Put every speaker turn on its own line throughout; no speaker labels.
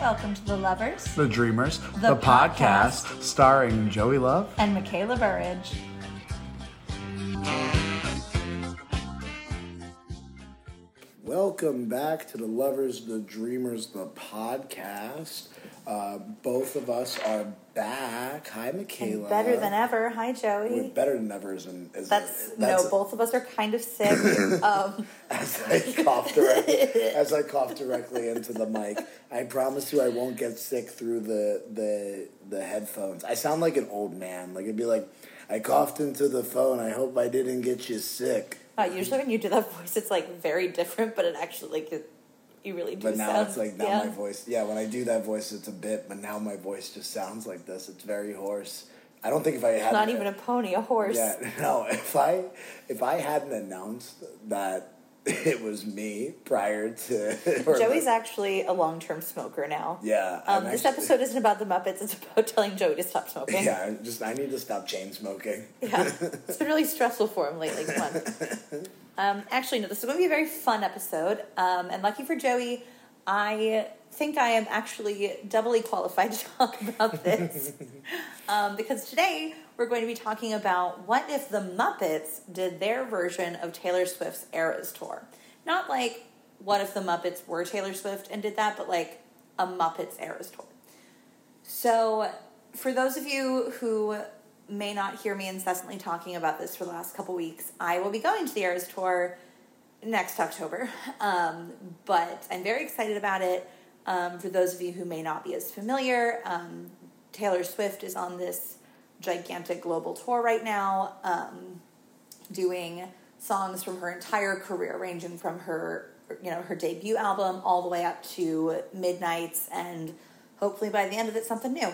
Welcome to The Lovers
The Dreamers,
The podcast.
starring Joey Love.
and Michaela Burridge.
Welcome back to the Lovers, the Dreamers, the podcast. Uh, both of us are back. Hi, Michaela.
Better than ever. Hi,
We're
Joey.
better than ever. Is an, is
That's,
a,
no, both of us are kind of sick. um,
As I cough directly, as I cough directly into the mic, I promise you, I won't get sick through the the the headphones. I sound like an old man. Like it'd be like, I coughed into the phone. I hope I didn't get you sick.
uh, usually when you do that voice, it's like very different, but it actually like it, you really do.
But now
sound-
it's like now
yeah.
my voice. Yeah, when I do that voice, it's a bit. But now my voice just sounds like this. It's very hoarse. I don't think if I had
Not even a pony, a horse.
yeah no if I if I hadn't announced that it was me prior to or
Joey's
that-
actually a long-term smoker now.
yeah
Um,
I'm
this
actually-
episode isn't about the Muppets. It's about telling Joey to stop smoking.
yeah I'm just I need to stop chain smoking
Yeah. It's been really stressful for him lately. Come on. Um, actually, no, this is going to be a very fun episode. Um, and lucky for Joey, I think I am actually doubly qualified to talk about this. um, because today we're going to be talking about what if the Muppets did their version of Taylor Swift's Eras Tour. Not like what if the Muppets were Taylor Swift and did that, but like a Muppets Eras Tour. So, for those of you who may not hear me incessantly talking about this for the last couple weeks, I will be going to the Eras Tour next October. Um, but I'm very excited about it. Um, for those of you who may not be as familiar, um, Taylor Swift is on this gigantic global tour right now. Um, doing songs from her entire career, ranging from her you know her debut album all the way up to Midnight's, and hopefully by the end of it something new.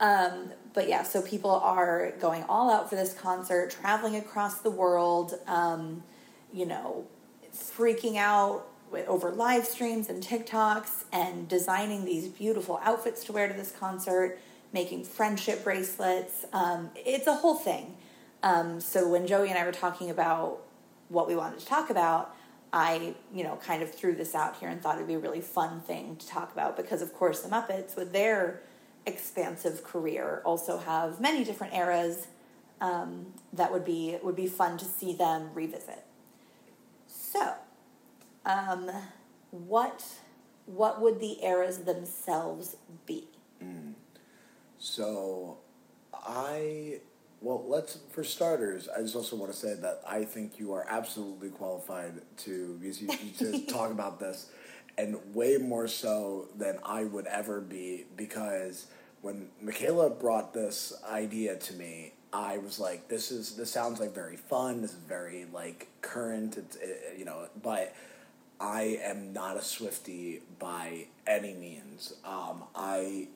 Um, but yeah, so people are going all out for this concert, traveling across the world. Um, you know, freaking out wi- over live streams and TikToks and designing these beautiful outfits to wear to this concert, making friendship bracelets. Um, it's a whole thing. Um, so when Joey and I were talking about what we wanted to talk about, I, you know, kind of threw this out here and thought it'd be a really fun thing to talk about because, of course, the Muppets with their expansive career also have many different eras um, that would be would be fun to see them revisit. So, um, what what would the eras themselves be?
So, I well, let's for starters. I just also want to say that I think you are absolutely qualified to to talk about this, and way more so than I would ever be because when Michaela brought this idea to me, I was like, "This is this sounds like very fun. This is very like current. It's uh you know, but." I am not a Swifty by any means. Um, I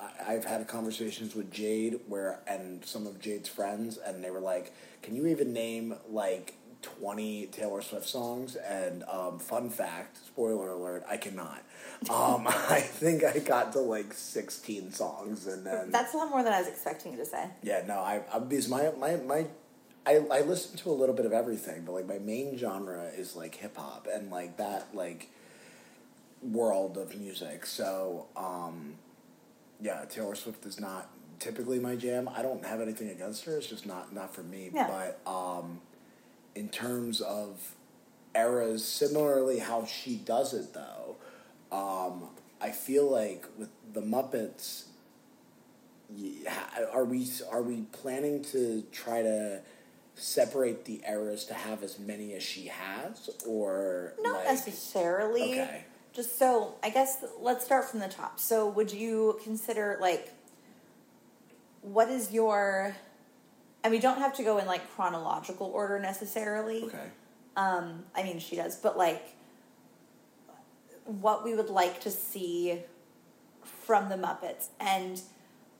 I- I've had conversations with Jade where and some of Jade's friends, and they were like, "Can you even name like twenty Taylor Swift songs?" And um, fun fact, spoiler alert, I cannot. Um, I think I got to like sixteen songs, and then
That's a lot more than I was expecting you to say.
yeah, no, I, I because my my my I, I listen to a little bit of everything, but like my main genre is like hip hop and like that like world of music. So, um yeah, Taylor Swift is not typically my jam. I don't have anything against her, it's just not not for me.
Yeah.
But um in terms of eras, similarly how she does it though, um, I feel like with the Muppets yeah, are we are we planning to try to separate the eras to have as many as she has, or
Not
like,
necessarily.
Okay.
Just so I guess let's start from the top. So would you consider like what is your and we don't have to go in like chronological order necessarily.
Okay,
Um, I mean, she does, but like, what we would like to see from the Muppets. And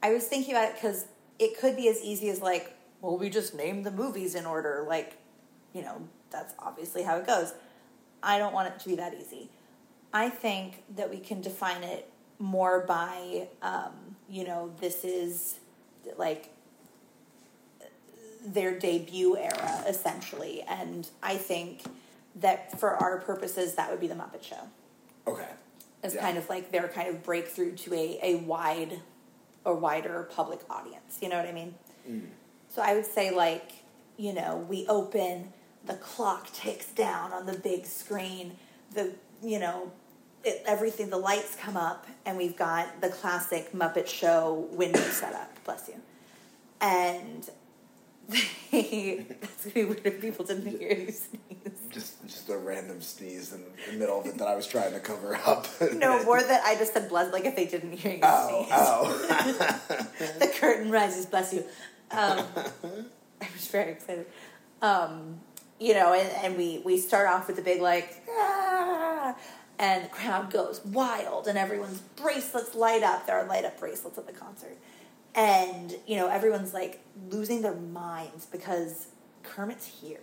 I was thinking about it because it could be as easy as, like, well, we just named the movies in order. Like, you know, that's obviously how it goes. I don't want it to be that easy. I think that we can define it more by, um, you know, this is like their debut era, essentially. And I think that for our purposes, that would be The Muppet Show.
okay,
as
Yeah.
kind of like their kind of breakthrough to a, a wide or wider public audience. You know what I mean?
Mm.
So I would say like, you know, we open, the clock ticks down on the big screen, the you know, it, everything, the lights come up, and we've got the classic Muppet Show window set up. Bless you. And they, that's gonna be weird if people didn't hear you sneeze.
Just just a random sneeze in the middle of it that I was trying to cover up.
No, more that I just said bless, like if they didn't hear you
Oh,
sneeze.
oh.
the curtain rises, bless you. Um, I was very excited. Um, you know, and, and we, we start off with the big, like, ah, and the crowd goes wild, and everyone's bracelets light up. There are light up bracelets at the concert. And, you know, everyone's like losing their minds because Kermit's here.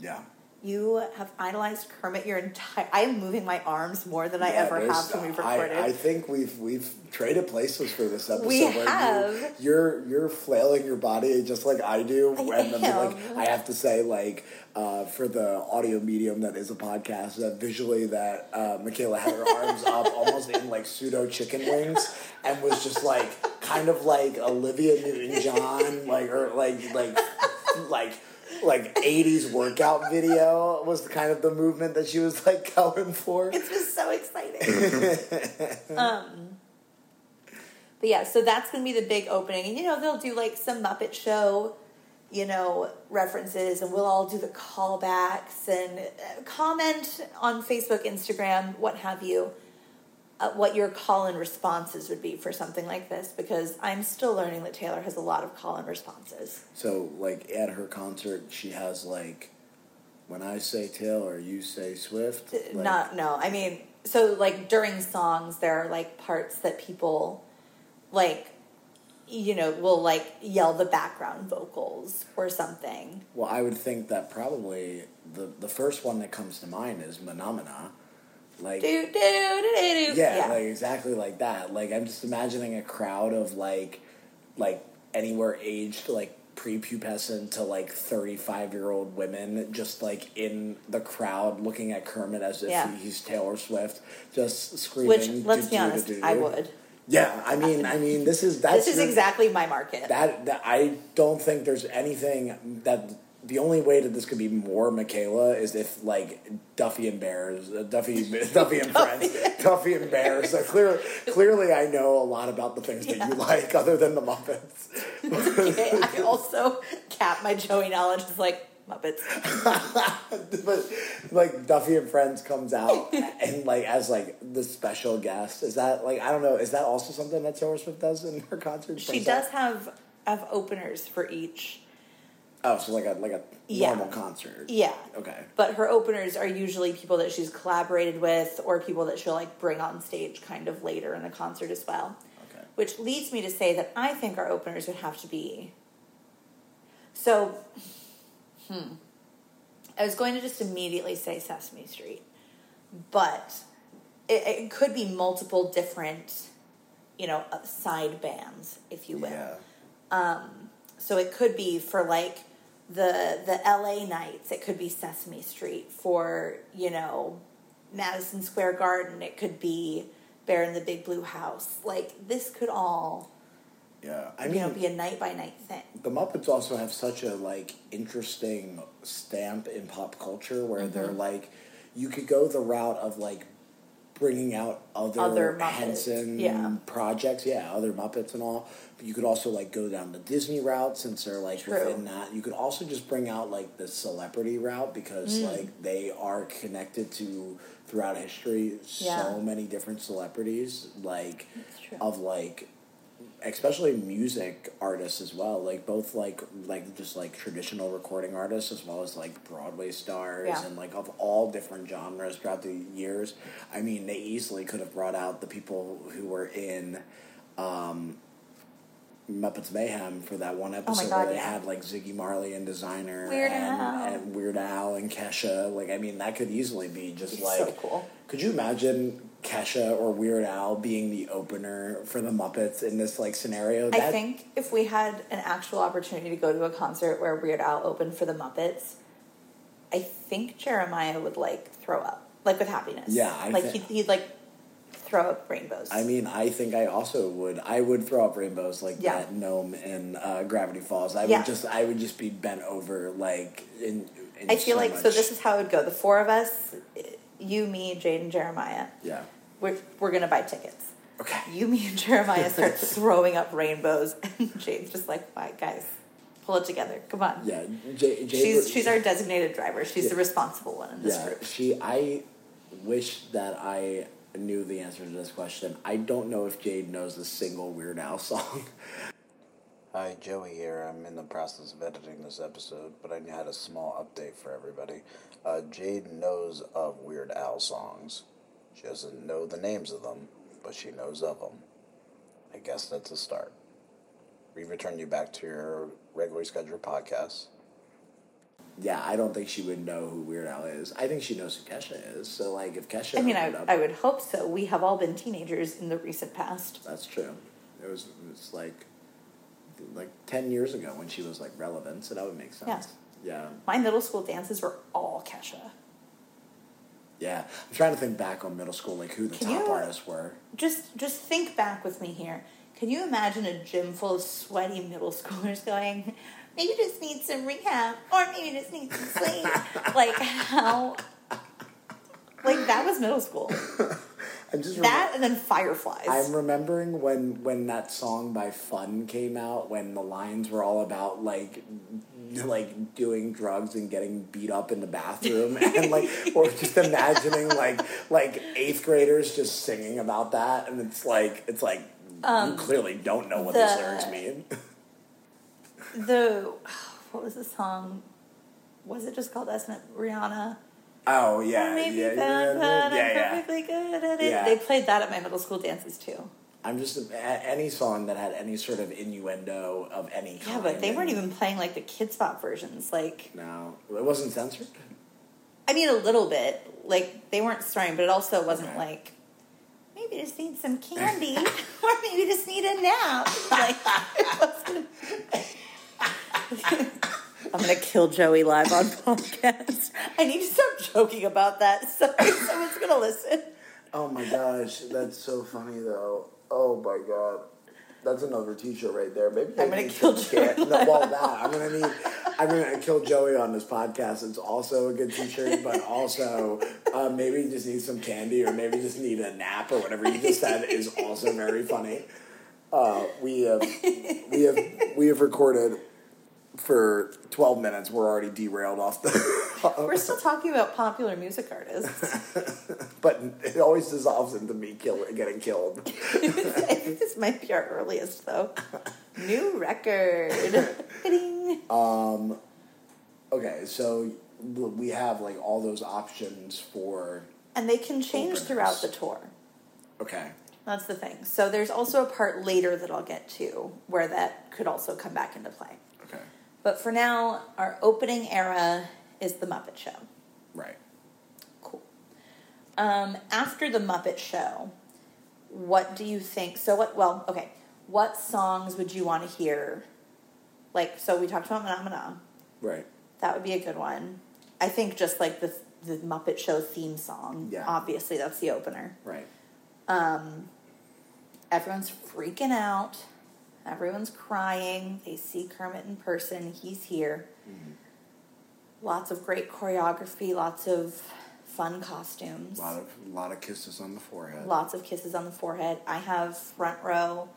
Yeah.
You have idolized Kermit your entire. I am moving my arms more than I
Yeah,
ever
there's-
have when we've
I-
recorded.
I, think we've we've traded places for this episode.
We
where
have.
You, are you're flailing your body just like I do,
I
and then
am.
like I have to say like uh, for the audio medium that is a podcast that visually that uh, Michaela had her arms up almost in like pseudo chicken wings and was just like kind of like Olivia Newton John like or like like like. Like '80s workout video was kind of the movement that she was like going for.
It's just so exciting. um, but yeah, so that's gonna be the big opening, and you know they'll do like some Muppet Show, you know, references, and we'll all do the callbacks and uh, comment on Facebook, Instagram, what have you, uh, what your call and responses would be for something like this, because I'm still learning that Taylor has a lot of call and responses.
So, like at her concert, she has like, when I say Taylor, you say Swift. Like,
Uh, not no i mean so like during songs there are like parts that people like you know will like yell the background vocals or something
Well, I would think that probably the the first one that comes to mind is Menomina. Like,
do do do do do
yeah, like exactly like that. Like, I'm just imagining a crowd of like, like anywhere aged like prepubescent to like 35 year old women just like in the crowd looking at Kermit as if
Yeah.
he- he's Taylor Swift just screaming
which let's be
"Do-do-do-do-do."
honest i would
Yeah, I mean, I mean, this is that's
this is
your-
exactly my market
that, that. I don't think there's anything that the only way that this could be more Michaela is if like Duffy and Bears, uh, Duffy, Duffy and Friends, Duffy and Bears. So clearly, clearly, I know a lot about the things that you like other than the Muppets.
okay i also cap my joey knowledge is like muppets
but like Duffy and Friends comes out and like as like the special guest. Is that like I don't know? Is that also something that Taylor Swift does in her concerts?
she does have have openers for each
Oh, so like a like a
Yeah.
normal concert.
yeah
Okay.
but her openers are usually people that she's collaborated with or people that she'll like bring on stage kind of later in the concert as well
Okay.
which leads me to say that i think our openers would have to be so hmm i was going to just immediately say sesame street but it, it could be multiple different you know uh, side bands if you will so it could be for like the the LA nights, it could be Sesame Street for, you know, Madison Square Garden, it could be Bear in the Big Blue House. Like this could all,
Yeah. I
you
mean,
know, be a night by night thing.
the Muppets also have such a like interesting stamp in pop culture where they're
Mm-hmm.
like, you could go the route of like bringing out other,
Other Muppets,
Henson
yeah.
projects, yeah, other Muppets and all. But you could also like go down the Disney route since they're like
True.
within that. You could also just bring out like the celebrity route because
Mm.
like they are connected to throughout history
Yeah.
so many different celebrities like
true.
of like especially music artists as well like both like like just like traditional recording artists as well as like broadway stars
Yeah.
and like of all different genres throughout the years i mean they easily could have brought out the people who were in um Muppets Mayhem for that one episode
Oh God,
where they
yeah.
had like Ziggy Marley and Designer
Weird
and,
Al.
and Weird Al and Kesha. Like I mean that could easily be just
It's
like
so cool.
could you imagine Kesha or Weird Al being the opener for the Muppets in this like scenario?
I think if we had an actual opportunity to go to a concert where Weird Al opened for the Muppets, I think Jeremiah would like throw up, like with happiness.
Yeah, I
like
thi-
he'd, he'd like throw up rainbows.
I mean, I think I also would. I would throw up rainbows like
Yeah.
that gnome in uh, Gravity Falls. I
Yeah.
would just, I would just be bent over like in. in
I feel like so.
much-
This is how it would go. The four of us, you, me, Jade, and Jeremiah.
Yeah.
We're we're gonna buy tickets.
Okay.
You, me, and Jeremiah start throwing up rainbows, and Jade's just like, "Why, guys, pull it together. Come on."
Yeah. J- J-
She's she's our designated driver. She's the
Yeah.
responsible one in this
Yeah.
group.
She. I wish that I knew the answer to this question. I don't know if Jade knows a single Weird Al song.
Hi, Joey here. I'm in the process of editing this episode, but I had a small update for everybody. Uh, Jade knows of Weird Al songs. She doesn't know the names of them, but she knows of them. I guess that's a start. We return you back to your regularly scheduled podcast.
Yeah, I don't think she would know who Weird Al is. I think she knows who Kesha is. So like, if Kesha,
I mean, I,
opened up-
I would hope so. We have all been teenagers in the recent past.
That's true. It was it's like like ten years ago when she was like relevant, so that would make sense. Yeah.
My middle school dances were all Kesha.
Yeah. I'm trying to think back on middle school, like who the
Can
top
you-
artists were.
Just just think back with me here. Can you imagine a gym full of sweaty middle schoolers going, maybe just need some rehab or maybe just need some sleep? like how like that was middle school.
I'm just
That and then fireflies.
I'm remembering when when that song by Fun came out, when the lines were all about like like doing drugs and getting beat up in the bathroom, and like or just imagining like like eighth graders just singing about that, and it's like it's like
Um,
you clearly don't know what these
the-
lyrics mean.
the what was the song? Was it just called Estimate Rihanna?
Oh yeah,
Maybe
yeah,
bad,
yeah,
but I'm
yeah, yeah.
perfectly good at it.
Yeah. Oh,
They played that at my middle school dances too.
I'm just a- any song that had any sort of innuendo of any kind.
Yeah, but they
and-
weren't even playing like the kids pop versions. Like,
No, it wasn't censored.
I mean, a little bit. Like they weren't swearing, but it also wasn't
Okay.
like maybe just need some candy or maybe just need a nap. Like, it wasn't- I'm gonna kill Joey live on podcast. I need to stop joking about that. Sorry, someone's gonna listen.
Oh my gosh, that's so funny though. Oh my god. That's another T-shirt right there. Maybe
I'm
I
gonna
need
kill
to
Joey
get- No, well, that I'm gonna need. I'm gonna kill Joey on this podcast. It's also a good T-shirt, but also uh, maybe you just need some candy or maybe just need a nap or whatever you just said is also very funny. Uh, we have we have we have recorded for 12 minutes. We're already derailed off the.
We're still talking about popular music artists.
but it always dissolves into me kill, getting killed.
I think this might be our earliest though. New record. Ding.
Okay, so w- we have like all those options for.
and they can change
Openers.
throughout the tour.
Okay.
That's the thing. So there's also a part later that I'll get to where that could also come back into play.
Okay.
But for now, our opening era is the Muppet Show.
Right.
Cool. Um, after the Muppet Show, what do you think? So what? Well, okay. What songs would you want to hear? Like, so we talked about Phenomena.
Right.
That would be a good one. I think just like the the Muppet Show theme song.
Yeah.
Obviously, that's the opener.
Right.
Everyone's freaking out. Everyone's crying. They see Kermit in person. He's here. Lots of great choreography, lots of fun costumes,
A lot of lot of kisses on the forehead.
lots of kisses on the forehead. I have front row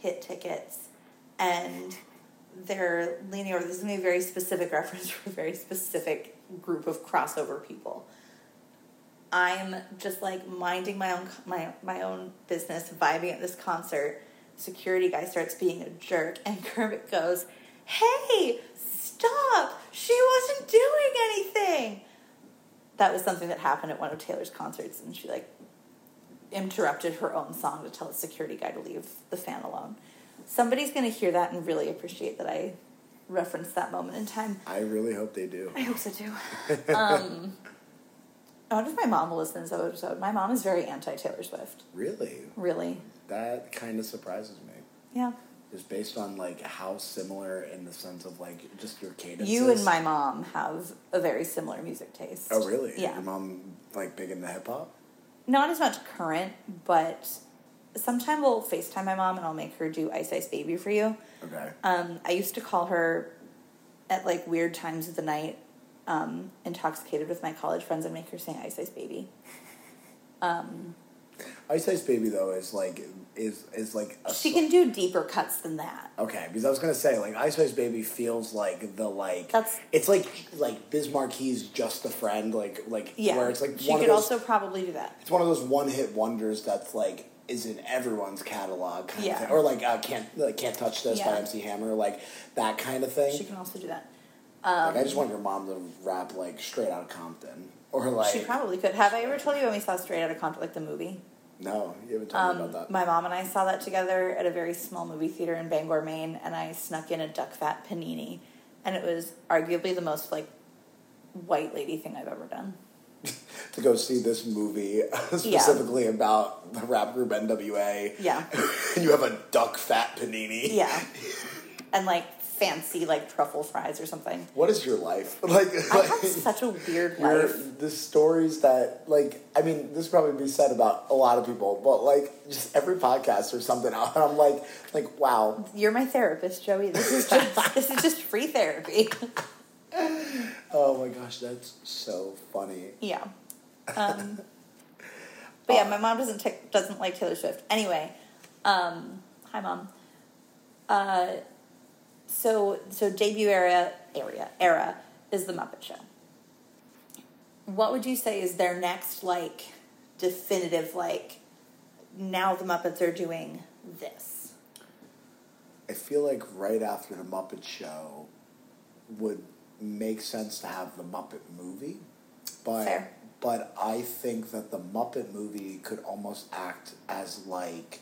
hit tickets, and they're leaning over. This is going to be a very specific reference for a very specific group of crossover people. I'm just like minding my own my my own business, vibing at this concert. Security guy starts being a jerk, and Kermit goes, "Hey, stop! She wasn't doing anything." That was something that happened at one of Taylor's concerts, and she like interrupted her own song to tell the security guy to leave the fan alone. Somebody's going to hear that and really appreciate that I referenced that moment in time.
I really hope they do.
I hope so too. um, I wonder if my mom will listen to this episode. My mom is very anti Taylor Swift.
Really,
Really?
that kind of surprises me.
Yeah.
Just based on like how similar in the sense of like just your cadence.
You and my mom have a very similar music taste.
Oh really?
Yeah.
Your mom like big into hip hop.
not as much current, but sometime we'll FaceTime my mom and I'll make her do Ice Ice Baby for you.
Okay.
Um, I used to call her at like weird times of the night, um, intoxicated with my college friends, and make her sing Ice Ice Baby.
Ice Ice Baby though is like is is like a
She
so-
can do deeper cuts than that.
Okay, because I was gonna say like Ice Ice Baby feels like the like
That's-
it's like like Biz Marquis just a friend like like
Yeah,
where it's like
she
one
could
of those
also probably do that.
it's one of those one hit wonders that's like is in everyone's catalog kind
Yeah.
of thing or like uh, can't like, can't touch this by
Yeah.
MC Hammer like that kind of thing.
She can also do that.
like, I just want your mom to rap like straight out of Compton or like
She probably could. Have I ever told you when we saw Straight Outta Compton, like the movie? Um,
no you haven't told me about that.
My mom and I saw that together at a very small movie theater in Bangor, Maine, and I snuck in a duck fat panini, and it was arguably the most like white lady thing I've ever done.
to go see this movie specifically about the rap group NWA.
Yeah.
and you have a duck fat panini.
Yeah, and like fancy like truffle fries or something.
What is your life like?
I
like
had such a weird
your-
life.
the stories that like I mean this probably be said about a lot of people, but like just every podcast or something. I'm like like wow.
You're my therapist, Joey. This is just this is just free therapy.
Oh my gosh, that's so funny.
Yeah. Um, but yeah, my mom doesn't take doesn't like Taylor Swift. Anyway, um, hi mom. Uh, so so debut era area era is the Muppet Show. What would you say is their next like definitive like? Now the Muppets are doing this.
I feel like right after the Muppet Show would make sense to have the Muppet movie, but
Fair.
but I think that the Muppet movie could almost act as like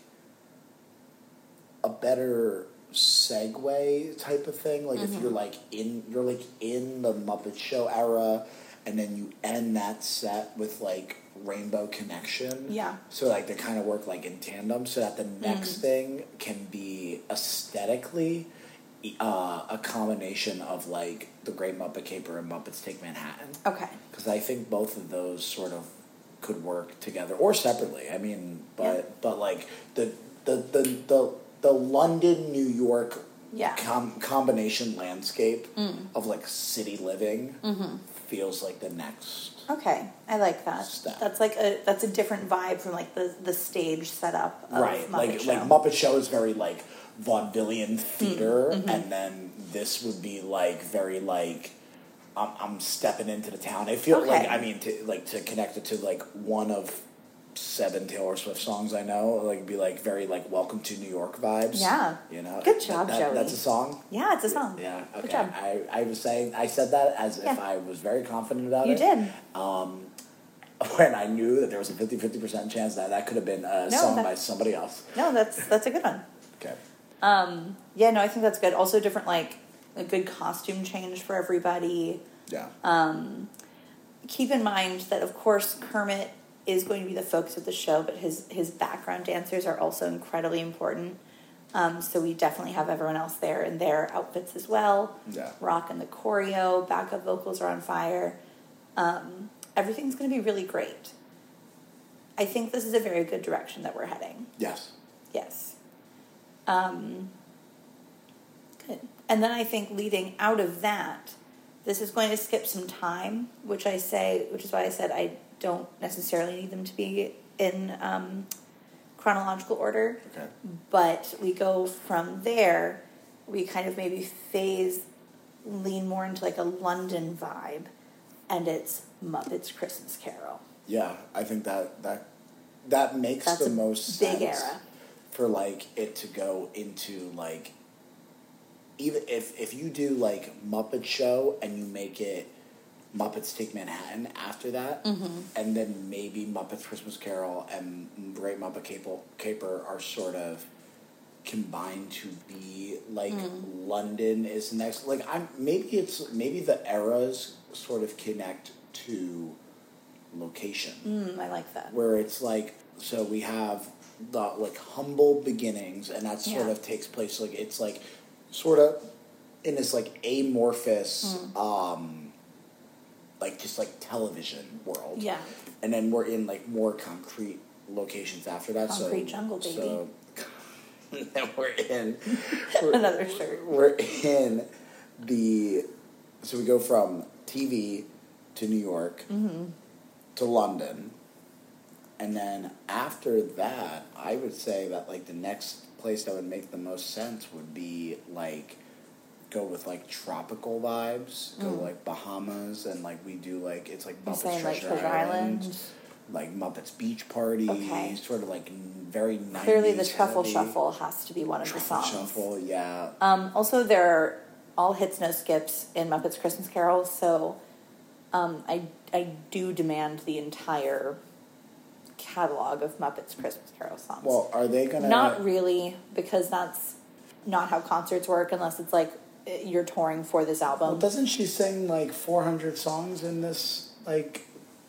a better segue type of thing. Like if you're like in you're like in the Muppet Show era, and then you end that set with like Rainbow Connection.
Yeah.
So like they kind of work like in tandem, so that the next thing can be aesthetically. Uh, a combination of like the Great Muppet Caper and Muppets Take Manhattan
Okay.
because I think both of those sort of could work together or separately. I mean, but
Yeah.
but like the the the the, the London New York
Yeah. Mm.
com- combination landscape of like city living
Mm-hmm.
feels like the next.
Okay, I like that.
Stop.
That's like a that's a different vibe from like the the stage setup. Of
right,
Muppet
like
Show.
like Muppet Show is very like vaudevillian theater,
Mm-hmm.
and then this would be like very like I'm, I'm stepping into the town. I feel
Okay.
like I mean to like to connect it to like one of seven Taylor Swift songs I know, like be like very like Welcome to New York vibes.
Yeah.
you know,
Good job,
that, That's a
Joey.
song.
Yeah, it's a song.
Yeah, okay.
Good job.
I, I was saying I said that as if
Yeah.
I was very confident about
you
it.
did.
When I knew that there was a 50 50 percent chance that that could have been a
No,
song
that-
by somebody else.
No, that's that's a good one.
Okay.
Yeah, no, I think that's good. Also, different like a good costume change for everybody.
Yeah.
Keep in mind that of course Kermit is going to be the focus of the show, but his his background dancers are also incredibly important. Um, so we definitely have everyone else there in their outfits as well.
Yeah.
Rock and the choreo, backup vocals are on fire. Um, everything's going to be really great. I think this is a very good direction that we're heading.
yes.
Yes. Um, good. And then I think leading out of that, this is going to skip some time, which I say, which is why I said I don't necessarily need them to be in um, chronological order.
Okay.
But we go from there, we kind of maybe phase, lean more into like a London vibe, and it's Muppets Christmas Carol.
Yeah, I think that that that makes
That's
the
a
most
big
sense
era.
for like it to go into like even if if you do like Muppet Show and you make it Muppets Take Manhattan after that, and then maybe Muppets Christmas Carol and Great Muppet Caper, Caper are sort of combined to be like London is next. Like I'm maybe it's maybe the eras sort of connect to location
Mm, I like that.
where it's like so we have the like humble beginnings and that sort
Yeah.
of takes place like it's like
Mm.
sort of in this like amorphous um like just like television world.
Yeah.
And then we're in like more concrete locations after that.
Concrete
so,
jungle, baby.
So, and then we're in we're-
Another shirt.
We're in the so we go from TV to New York
Mm-hmm.
to London. And then after that, I would say that like the next place that would make the most sense would be like go with like tropical vibes, go like Bahamas, and like we do like it's like
Mm. You're
Muppets
saying, like,
Treasure
Treasure
Island,
Island?
like Muppets Beach Party,
Okay.
sort of like n- very 90s
Clearly, the Truffle
heavy.
Shuffle has to be one of the
Truffle
songs.
Shuffle, yeah.
Um, also, there are all hits, no skips in Muppet's Christmas Carol, so um, I, I do demand the entire catalog of Muppet's Christmas Carol songs.
Well, uh, are they gonna
Not really, because that's not how concerts work unless it's like uh, you're touring for this album.
Well, doesn't she sing like 400 songs in this like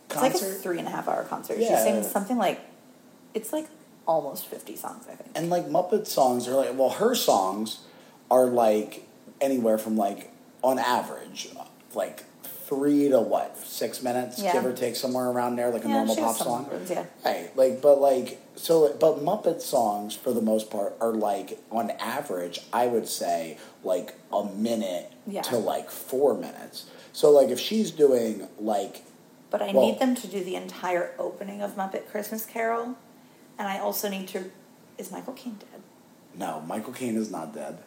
it's
concert?
like a three and a half hour concert.
Yeah.
She sings something like, it's like almost 50 songs, I think.
and like Muppet songs are like well, her songs are like anywhere from like on average like three to what six minutes,
Yeah.
give or take, somewhere around there, like a
Yeah,
normal
she has
pop
some
song.
ones, yeah.
Right, like but like so, but Muppet songs for the most part are like on average, I would say like a minute
Yeah.
to like four minutes. So like if she's doing like
But I
Well-
need them to do the entire opening of Muppet Christmas Carol, and I also need to. Is Michael King dead?
No, Michael Caine is not dead.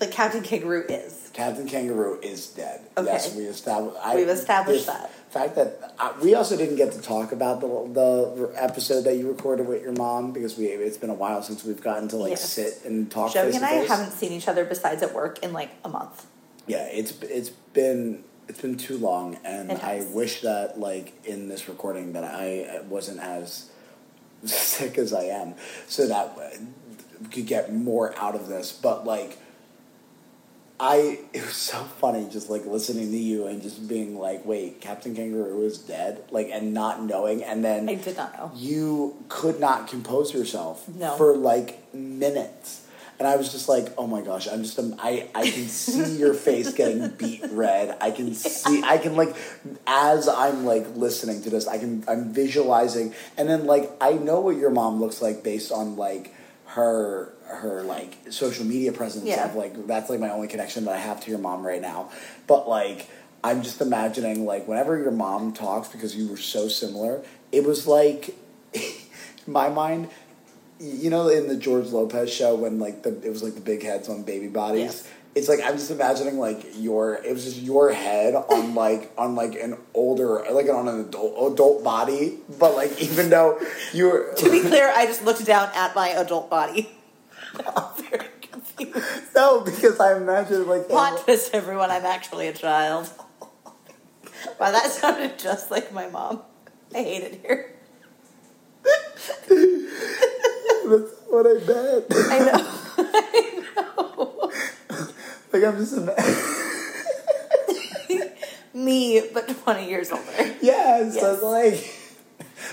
Like Captain Kangaroo is.
Captain Kangaroo is dead.
Okay.
Yes, we established. I,
We've established
the
that.
Fact that I, we also didn't get to talk about the the episode that you recorded with your mom because we it's been a while since we've gotten to like
Yes.
sit and talk.
Joey
face
and
to
I
face.
haven't seen each other besides at work in like a month.
Yeah, it's it's been it's been too long, and
It
I
has.
wish that like in this recording that I wasn't as sick as I am, so that we could get more out of this. But like, I it was so funny just like listening to you and just being like, wait, Captain Kangaroo is dead, like, and not knowing, and then
I did not know.
you could not compose yourself
No.
for like minutes. And I was just like, oh my gosh, I'm just, um, I, I can see your face getting beat red. I can see, I can like, as I'm like listening to this, I can, I'm visualizing. And then like, I know what your mom looks like based on like her, her like social media presence
Yeah.
of like, that's like my only connection that I have to your mom right now. But like, I'm just imagining like whenever your mom talks because you were so similar, it was like in my mind, you know, in the George Lopez show when like the it was like the big heads on baby bodies.
Yes.
It's like I'm just imagining like your it was just your head on like on like an older like on an adult adult body, but like even though you were
To be clear, I just looked down at my adult body. I'm very confused.
no because I imagine like
Plot twist, everyone, I'm actually a child. wow, that sounded just like my mom. I hate it here.
"Oh, that's what I bet.
I know.
Like I'm just imagining.
Me, but 20 years older.
Yeah, so
Yes.
it's like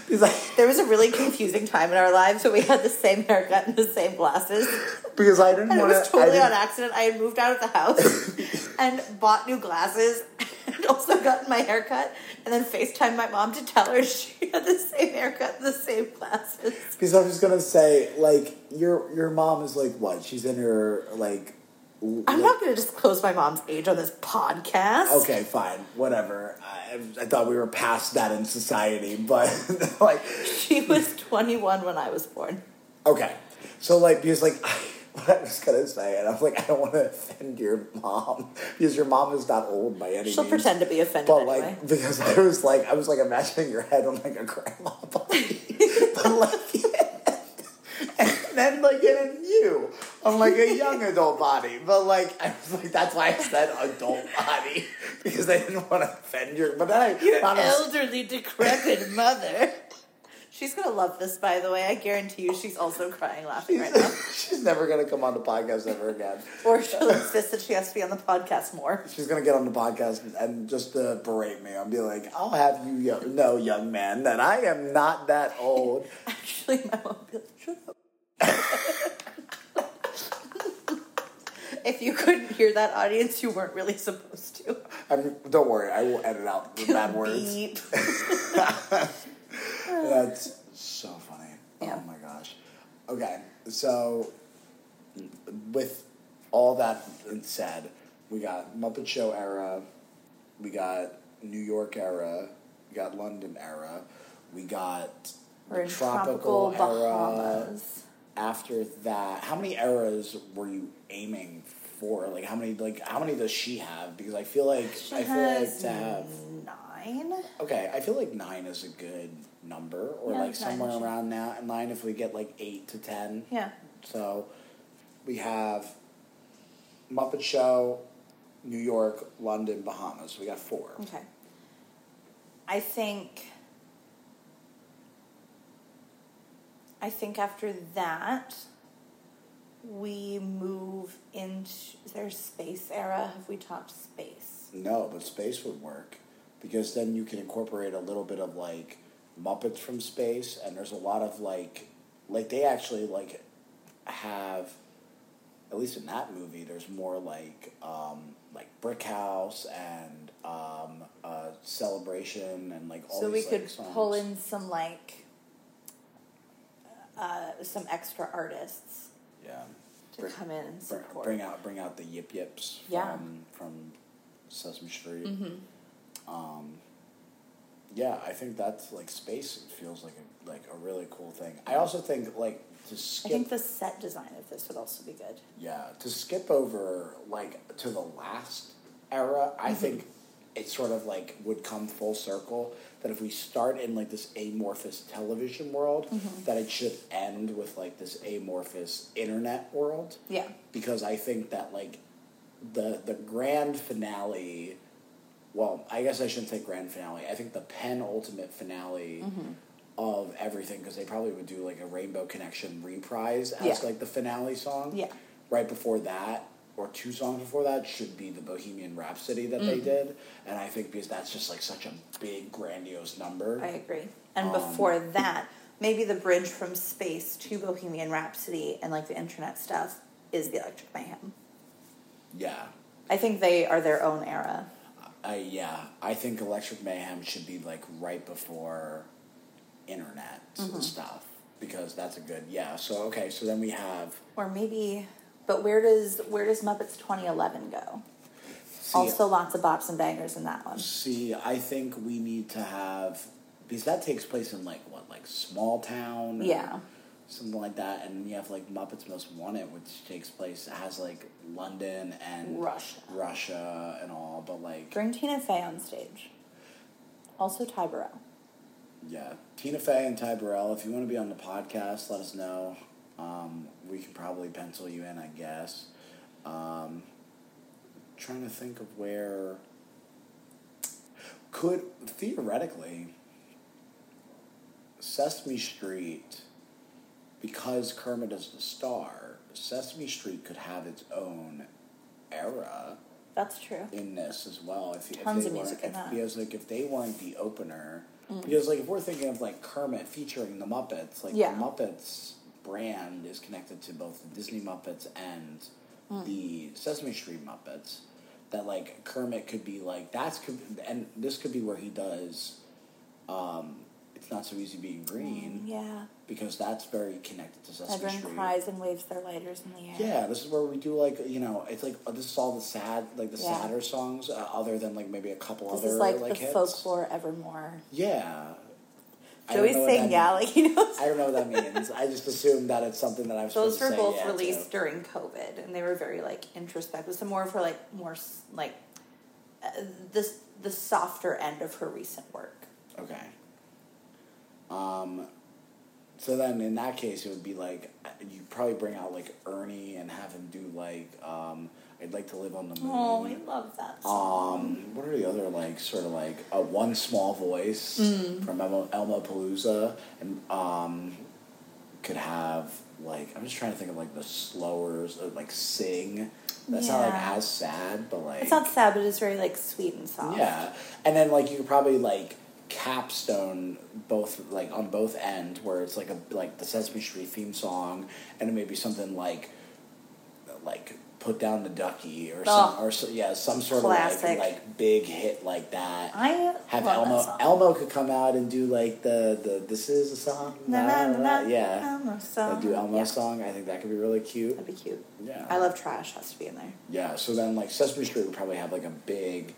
because I
There was a really confusing time in our lives when we had the same haircut and the same glasses.
because I didn't
And it
want
was totally on accident. I had moved out of the house and bought new glasses and also gotten my haircut and then FaceTimed my mom to tell her she had the same haircut and the same glasses.
Because I was gonna say, like, your your mom is like what? She's in her like. l-
I'm
like-
not going to disclose my mom's age on this podcast.
Okay, fine, whatever. I, I thought we were past that in society, but like,
She was 21 when I was born.
okay. So like, because like, what I was gonna say, and I'm like, I don't want to offend your mom because your mom is not old by any
She'll
means.
pretend to be offended
But
anyway.
like, because I was like, I was like imagining your head on like a grandma body, but like, and then like in a you on like a young adult body. But like, I was like, that's why I said adult body because I didn't want to offend your. But then I
Your
found out-
elderly, decrepit mother. She's gonna love this, by the way. I guarantee you, she's also crying laughing right now.
she's never gonna come on the podcast ever again.
Or she'll insist that she has to be on the podcast more.
She's gonna get on the podcast and, and just uh, berate me. I'll be like, I'll have you yo- know, young man, that I am not that old.
Actually, my mom will be like, shut up. if you couldn't hear that audience, you weren't really supposed to.
I'm, don't worry, I will edit out the bad words.
Beep.
That's so funny.
Yeah.
Oh my gosh. Okay, so with all that said, we got Muppet Show era, we got New York era, we got London era, we got
We're in
the
tropical, Bahamas.
After that, how many eras were you aiming for? Like how many? Like how many does she have? Because I feel like um,
She
I feel like
has
to have
nine.
Okay, I feel like nine is a good number, or
Yeah,
like
nine
somewhere
is good.
around now. And nine, if we get like eight to ten.
Yeah.
So, we have Muppet Show, New York, London, Bahamas. We got four.
Okay. I think. I think after that, we move into. Is there a space era? Have we talked space?
No, but space would work because then you can incorporate a little bit of like Muppets from space, and there's a lot of like, like they actually like have, at least in that movie, there's more like um, like Brick House and um, uh, Celebration and like all.
so we
these,
could
like, songs.
pull in some like. Uh, some extra artists
Yeah.
to
Bring-
come in and
Br-
support.
Bring out, bring out the yip yips from
Yeah.
from Sesame Street. Um,
Mm-hmm.
yeah, I think that's like space feels like a like a really cool thing. I also think like to
I
skip,
think the set design of this would also be good.
yeah, to skip over like to the last era. I
Mm-hmm.
think it sort of like would come full circle that if we start in like this amorphous television world,
Mm-hmm.
that it should end with like this amorphous internet world
Yeah.
because I think that like the the grand finale. Well, I guess I shouldn't say grand finale. I think the penultimate finale
Mm-hmm.
of everything because they probably would do like a Rainbow Connection reprise as
Yeah.
like the finale song.
Yeah.
Right before that, or two songs before that, should be the Bohemian Rhapsody that
Mm.
they did, and I think because that's just like such a big grandiose number.
I agree. And
Um,
before that, maybe the bridge from space to Bohemian Rhapsody and like the internet stuff is the Electric Mayhem.
yeah.
I think they are their own era.
Uh, yeah, I think Electric Mayhem should be like right before internet
Mm-hmm.
stuff because that's a good yeah. So okay, so then we have
Or maybe but where does where does Muppets 2011 go?
see,
Also lots of bops and bangers in that one.
see. I think we need to have because that takes place in like what like small town or
Yeah.
something like that, and you have like Muppets Most Wanted, which takes place has like London and
Russia.
Russia and all, but like
Bring Tina Fey on stage. Also Ty Burrell.
Yeah, Tina Fey and Ty Burrell. If you want to be on the podcast, let us know. Um, we can probably pencil you in, I guess. Um, trying to think of where could theoretically Sesame Street, because Kermit is the star, Sesame Street could have its own era
That's true.
in this as well. If, if
Tons
they
of music
weren't-
in that. Mm.
If, because like if they weren't the opener, because like if we're thinking of like Kermit featuring the Muppets, like
Yeah.
the Muppets brand is connected to both the Disney Muppets and
Mm.
the Sesame Street Muppets. That like Kermit could be like that's could and this could be where he does. Um, it's not so easy being green
Yeah.
because that's very connected to Sesame
Everyone
Street.
cries and waves their lighters in the air.
Yeah, this is where we do like you know it's like oh, this is all the sad like the
Yeah.
sadder songs uh, other than like maybe a couple
This
other
is like, the
hits.
folklore evermore.
Yeah, I don't
Joey's
know what
saying
that
yeah,
means.
like he knows.
I don't know what that means. I just assume that it's something that I'm
Those
supposed to
were
say
both
yeah to.
released during COVID, and they were very like introspective. So more of her like more s- like uh, this the softer end of her recent work.
Okay. Um, so then in that case, it would be like you probably bring out like Ernie and have him do like um, I'd like to live on the moon.
Oh, I love that. Song.
Um, what are the other like sort of like uh, one small voice from Elmo, Elmo Palooza and um, could have like I'm just trying to think of like the slowers uh, like sing. That's not
Yeah.
like as sad, but like
it's not sad, but it's very like sweet and soft.
yeah, and then like you could probably like capstone both like on both ends where it's like a like the Sesame Street theme song and it may be something like like put down the ducky or
Oh.
some or so, yeah some sort of
Classic.
like, like big hit like that.
I
have
love
Elmo
that song.
Elmo could come out and do like the, the this is a song
Na, na,
blah, blah,
na,
blah. yeah
Elmo
They
song.
do Elmo
Yeah.
song. I think that could be really cute.
That'd be cute.
Yeah.
I love trash. Has to be in there.
Yeah, so then like Sesame Street would probably have like a big,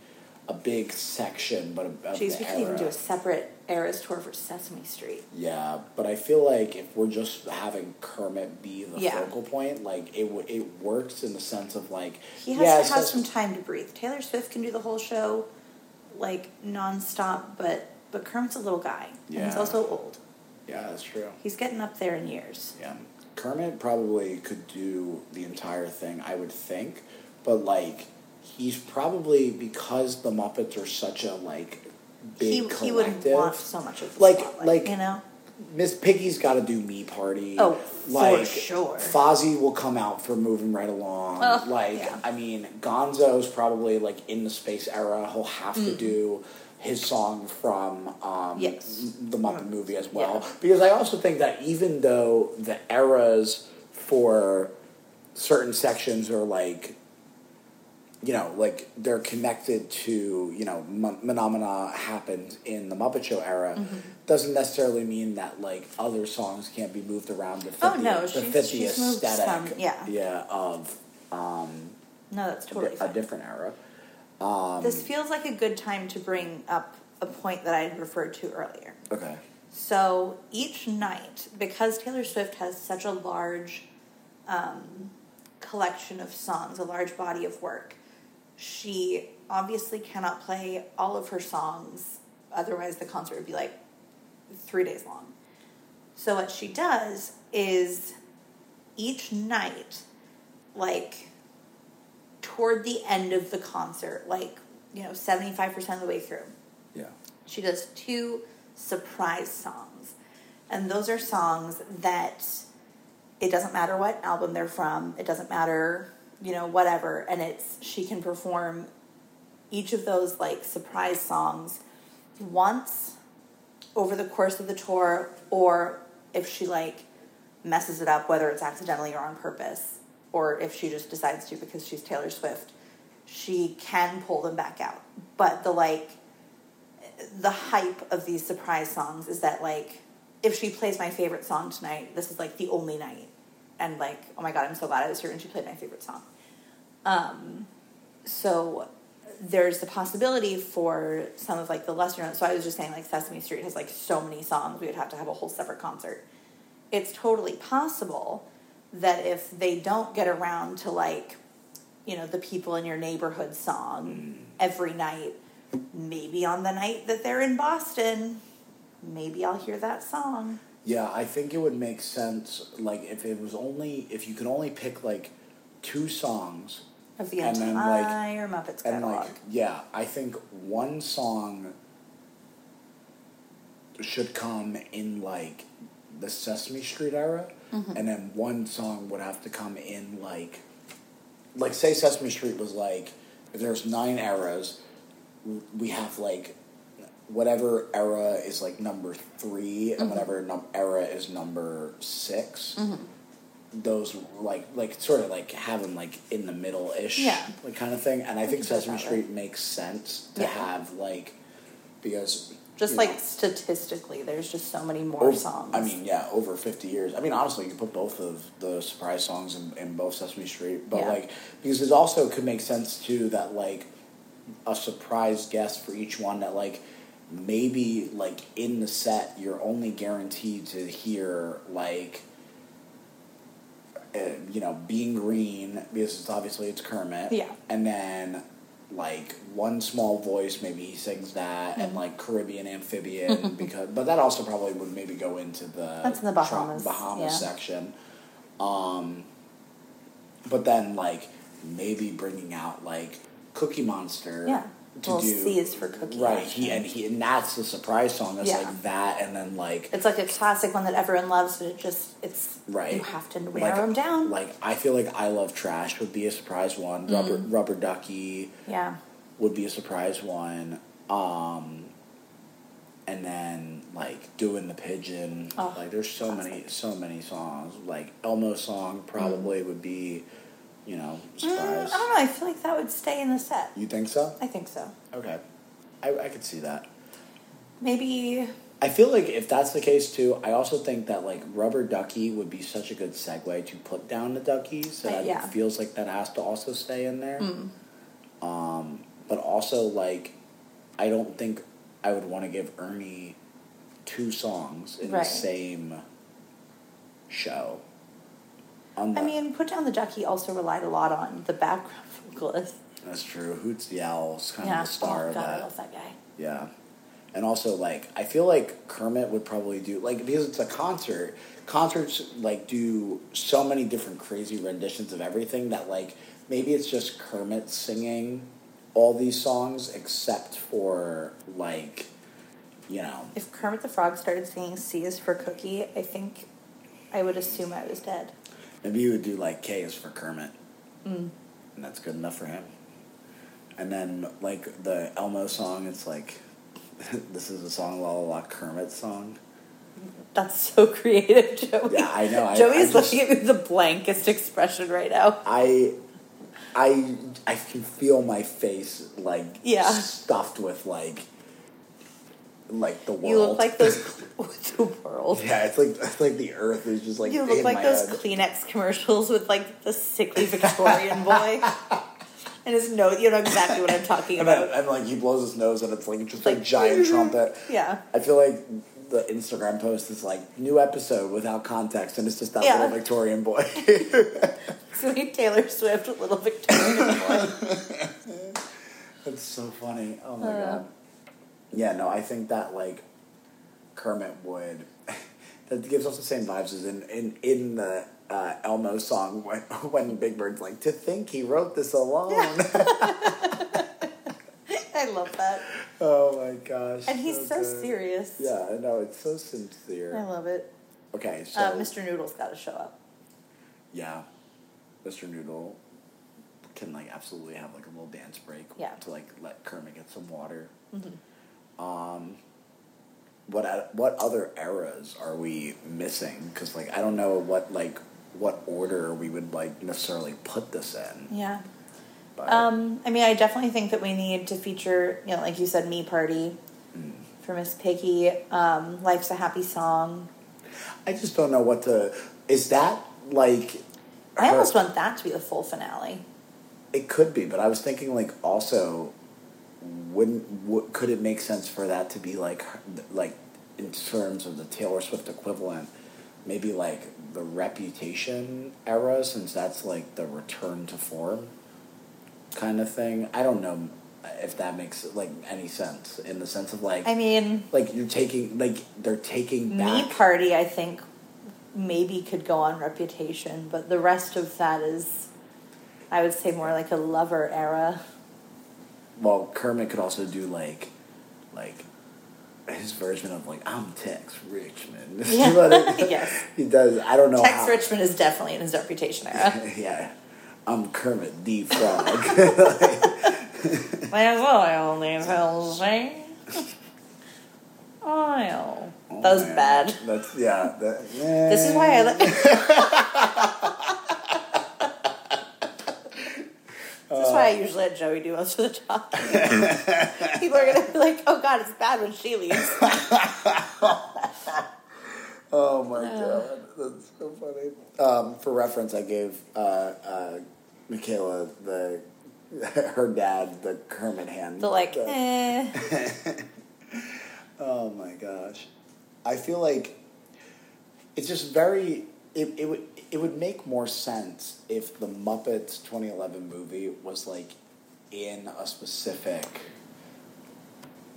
a big section, but a, of
Jeez,
the
we could even
era.
do a separate eras tour for Sesame Street.
Yeah, but I feel like if we're just having Kermit be the
Yeah.
focal point, like it w- it works in the sense of like
He has
yeah,
to have
Ses-
some time to breathe. Taylor Swift can do the whole show, like nonstop, but but Kermit's a little guy. And he's
Yeah.
also old.
Yeah, that's true.
He's getting up there in years.
Yeah, Kermit probably could do the entire thing. I would think, but like he's probably because the Muppets are such a like big
He, he would
collective.
want so much of the
Like-
spotlight,
like-
you know.
Miss Piggy's got to do me party.
Oh, for sure.
Fozzie will come out for moving right along.
Oh,
like
yeah.
I mean, Gonzo's probably like in the space era. He'll have
Mm.
to do his song from um,
Yes.
the Muppet movie as well.
Yeah.
Because I also think that even though the eras for certain sections are like you know, like they're connected to you know mon- phenomena happened in the Muppet Show era,
Mm-hmm.
doesn't necessarily mean that like other songs can't be moved around the 50th,
Oh, no,
the
she's-
50
she's moved
aesthetic,
some, yeah.
yeah, of
No, that's totally
a
fine.
different era.
This feels like a good time to bring up a point that I had referred to earlier.
Okay,
So each night, because Taylor Swift has such a large um, collection of songs, a large body of work, she obviously cannot play all of her songs. Otherwise, the concert would be like three days long. So what she does is each night, like toward the end of the concert, like you know, seventy five percent of the way through,
yeah,
she does two surprise songs. And those are songs that it doesn't matter what album they're from, it doesn't matter, you know, whatever. And it's she can perform each of those like surprise songs once over the course of the tour or if she like messes it up whether it's accidentally or on purpose or if she just decides to because she's Taylor Swift she can pull them back out but the like the hype of these surprise songs is that like if she plays my favorite song tonight, this is like the only night. And like, oh my god, I'm so glad I was here and she played my favorite song. Um, so there's the possibility for some of like the lesser known. So I was just saying like Sesame Street has like so many songs, we would have to have a whole separate concert. It's totally possible that if they don't get around to like, you know, the people in your neighborhood song every night, maybe on the night that they're in Boston, maybe I'll hear that song.
yeah. I think it would make sense like if it was only if you could only pick like two songs
of the
And then, like-
entire Muppets
and
catalog.
like yeah i think one song should come in like the sesame street era
Mm-hmm.
and then one song would have to come in like like say sesame street was like if there's nine eras we have like whatever era is like number 3
Mm-hmm.
and whatever num- era is number 6
Mm-hmm.
those like like sort of like have them like in the middle ish
Yeah.
like kind of thing and i think
think that's
sesame
about
street makes sense to
Yeah.
have like because
just
you
like
know,
statistically, there's just so many more
over-
songs.
I mean, yeah, over fifty years. I mean, honestly, you could put both of the surprise songs in, in both Sesame Street, but
Yeah.
like because it also could make sense too that like a surprise guest for each one that like maybe like in the set you're only guaranteed to hear like uh, you know being green because it's obviously it's Kermit
Yeah.
and then like one small voice maybe he sings that
Mm-hmm.
and like Caribbean amphibian because but that also probably would maybe go into the
That's in the
Trump-
Bahamas,
Bahamas
yeah.
section Um, but then like maybe bringing out like Cookie Monster.
Yeah.
To
Well,
do,
C is for Cookie
Right.
Monster.
He and he and that's the surprise song. That's
Yeah.
like that, and then like
it's like a classic one that everyone loves, but it just it's
right.
You have to narrow
Like-
them down. Mm.
Like I feel like I Love Trash would be a surprise one. Rubber Rubber Ducky
yeah,
would be a surprise one. Um, and then like doing the pigeon.
Oh,
like there's so many so many songs. Like Elmo song probably would be You know,
Mm,
surprise.
I don't know. I feel like that would stay in the set.
You think so?
I think so.
Okay, I, I could see that.
Maybe
I feel like if that's the case too, I also think that like rubber ducky would be such a good segue to put down the ducky, so
Uh,
that
yeah. Mm.
it feels like that has to also stay in there. Um, but also like, I don't think I would want to give Ernie two songs in
Right.
the same show. Um,
I mean, Put Down the Ducky also relied a lot on the background vocalist.
that's true. Hoots the Owl's kind
yeah.
of the star
oh,
of
God,
that.
I love that guy.
Yeah. And also, like, I feel like Kermit would probably do, like, because it's a concert, concerts, like, do so many different crazy renditions of everything that, like, maybe it's just Kermit singing all these songs except for, like, you know,
If Kermit the Frog started singing "C is for Cookie," I think I would assume I was dead.
maybe you would do, like, K is for Kermit. And that's good enough for him. And then, like, the Elmo song, it's like, this is a song, La La La Kermit song.
That's so creative, Joey.
Yeah, I know. I-
Joey
I
is
just-
looking at me with the blankest expression right now.
I, I, I can feel my face like
Yeah.
stuffed with like, like the world.
You look like those the world.
yeah, it's like it's like the earth is just like
you
in
look
my
like those
head.
Kleenex commercials with like the sickly Victorian boy, and his nose. You know exactly what I'm talking
and, then,
about.
and like he blows his nose and it's like just like,
Like,
giant trumpet.
Yeah.
I feel like the Instagram post is like new episode without context and it's just that
Yeah.
little Victorian boy.
It's like Taylor Swift, with little Victorian boy.
That's so funny. Oh my
Uh.
god. Yeah, no, I think that like Kermit would that gives us the same vibes as in in, in the uh, Elmo song when when Big Bird's like to think he wrote this alone.
I love that,
oh my gosh.
and he's so
good.
serious.
Yeah, I know it's so
I
sincere.
love it.
Okay, so
Uh, Mr. Noodle's got to show up.
yeah, Mr. Noodle can like absolutely have like a little dance break
Yeah. Mm-hmm.
to like let Kermit get some water. Um, what o- what other eras are we missing? Because like I don't know what like what order we would like necessarily put this in.
Yeah.
But
Um, I mean, I definitely think that we need to feature, you know, like you said, Me Party for Miss Piggy, um, Life's a Happy Song.
I just don't know what to. Is that like?
I
her-
almost want that to be the full finale.
It could be, but I was thinking like also, wouldn't w- could it make sense for that to be like her- like in terms of the Taylor Swift equivalent, maybe like the Reputation era, since that's like the return to form kind of thing. I don't know if that makes like any sense in the sense of like
I mean,
like you're taking like they're taking
Me
back.
Party, I think, maybe could go on Reputation, but the rest of that is, I would say, more like a lover era.
well, Kermit could also do like, like his version of like I'm Tex Richmond.
Yeah.
You know what I-
Yes.
he does. I don't know.
Tex
how.
Richmond is definitely in his Reputation era.
yeah, I'm Kermit the Frog.
There's oil in these hills, eh? Oil. Oh, That was
Oh, Man,
bad.
That's yeah. that-
This is why I like. this is why
Oh.
I usually let Joey do most of the talking. People are gonna be like, "Oh God, it's bad when she leaves."
Oh my
uh,
god, that's so funny. Um, for reference, I gave uh, uh, Michaela the her dad the Kermit hand.
So like,
The-
eh.
Oh my gosh. I feel like it's just very it, it would it would make more sense if the Muppets 2011 movie was like in a specific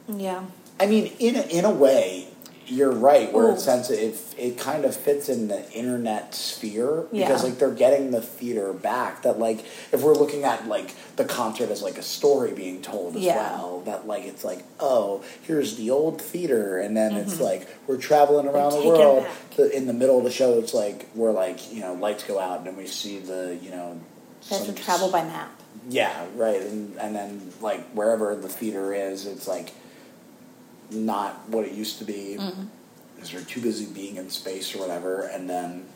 yeah,
I mean in a, in a way you're right where
Ooh.
it's sense it it kind of fits in the internet sphere
Yeah.
because like they're getting the theater back that like if we're looking at like the concert as like a story being told as
Yeah.
well that like it's like oh here's the old theater and then it's like we're traveling around the
take it
world
Mm-hmm. back.
The- in the middle of the show it's like we're like you know lights go out and then we see the you know
that's
some-
to travel by map.
yeah, right. And and then like wherever the theater is, it's like
Mm-hmm.
not what it used to be because you're too busy being in space or whatever. And then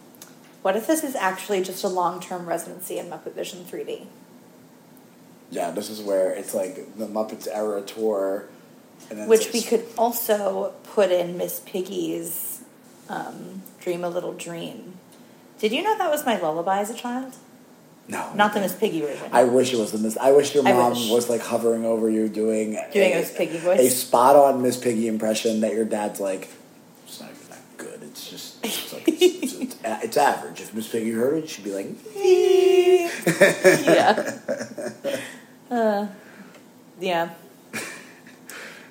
What if this is actually just a long term residency in Muppet Vision 3D?
Yeah, this is where it's like the Muppets era tour, and then
Which
it's
we
like-
could also put in Miss Piggy's um, Dream a Little Dream. Did you know that was my lullaby as a child?
no,
Not the Miss Piggy version.
I wish it was the Miss. I wish your
I
mom
wish.
was like hovering over you doing
Doing a Miss Piggy voice.
a spot on Miss Piggy impression that your dad's like, it's not even that good. It's just it's like it's, it's, it's, it's average. If Miss Piggy heard it, she'd be like,
yeah. Uh, yeah.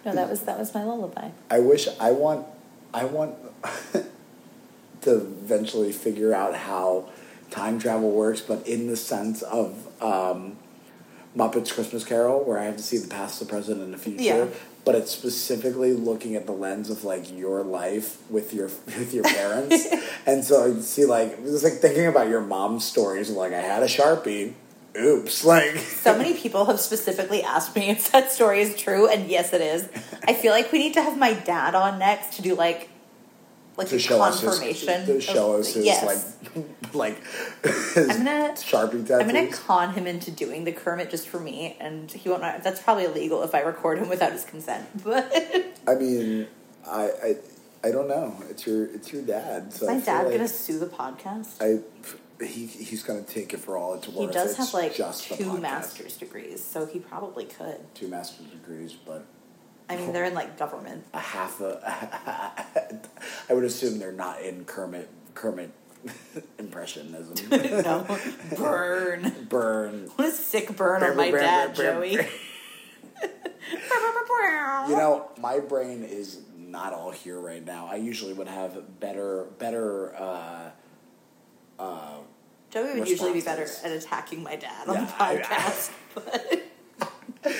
No, that was that was my lullaby.
I wish I want I want to eventually figure out how time travel works, but in the sense of um, Muppets Christmas Carol, where I have to see the past, the present, and the future.
Yeah.
But it's specifically looking at the lens of like your life with your with your parents, and so I see like it's like thinking about your mom's stories. Like I had a sharpie, oops, like
So many people have specifically asked me if that story is true, and yes, it is. I feel like we need to have my dad on next to do like, like
to
a
show us his,
confirmation.
to show
of-
us his
yes.
like like his
I'm gonna-
sharpie tattoos.
I'm gonna con him into doing the Kermit just for me, and he won't. That's probably illegal if I record him without his consent. But
I mean, I, I I don't know. It's your it's your dad. So
is my
I feel
dad
like
gonna sue the podcast?
I he he's gonna take it for all it's
He
worth.
does
It's
have like
just the
two
podcast.
master's degrees, so he probably could.
two master's degrees, but
I mean, they're in like government.
a half a. I would assume they're not in Kermit Kermit impressionism.
no, burn.
Burn.
What a sick burn
Burn,
on my
burn, burn,
dad,
burn,
Joey.
burn. You know, my brain is not all here right now. I usually would have better better. Uh,
Joey would usually be better
responses.
at attacking my dad on
Yeah, I-
the podcast. but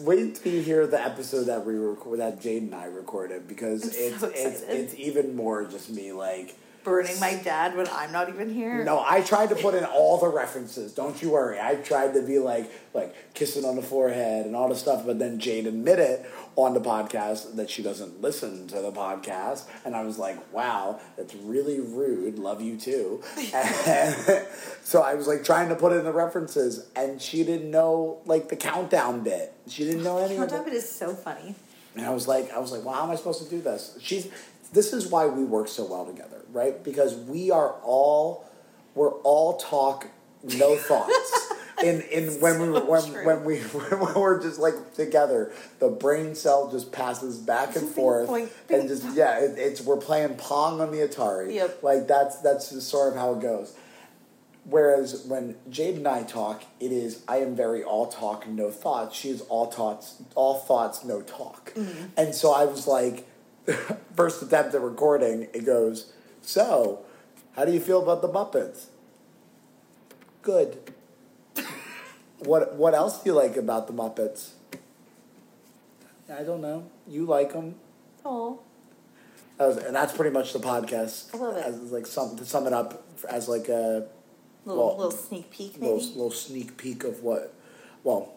Wait till you hear the episode that we record that Jade and I recorded because
I'm so
it's it's
excited.
it's even more just me like
burning my dad when I'm not even here.
no I tried to put in all the references don't you worry I tried to be like like kissing on the forehead and all the stuff but then Jade admitted on the podcast that she doesn't listen to the podcast and I was like wow that's really rude love you too and so I was like trying to put in the references and she didn't know like the countdown bit she didn't know any of it.
Countdown Bit is so funny.
And I was like, I was like, well, how am I supposed to do this? She's. This is why we work so well together, right? Because we are all, we're all talk, no thoughts. In in when we
So
when
true.
when we when we're just like together, the brain cell just passes back and forth,
boing,
and just yeah, it, it's we're playing pong on the Atari.
Yep.
Like that's that's just sort of how it goes. Whereas when Jade and I talk, it is I am very all talk, no thoughts. She is all thoughts, all thoughts, no talk. And so I was like, first attempt at recording, it goes, so how do you feel about the Muppets? Good. what What else do you like about the Muppets? I don't know. You like them.
Oh,
That was, and that's pretty much the podcast.
I love it.
As, like sum, to sum it up as like a
little
Well,
little sneak peek maybe.
little, little sneak peek of what. Well,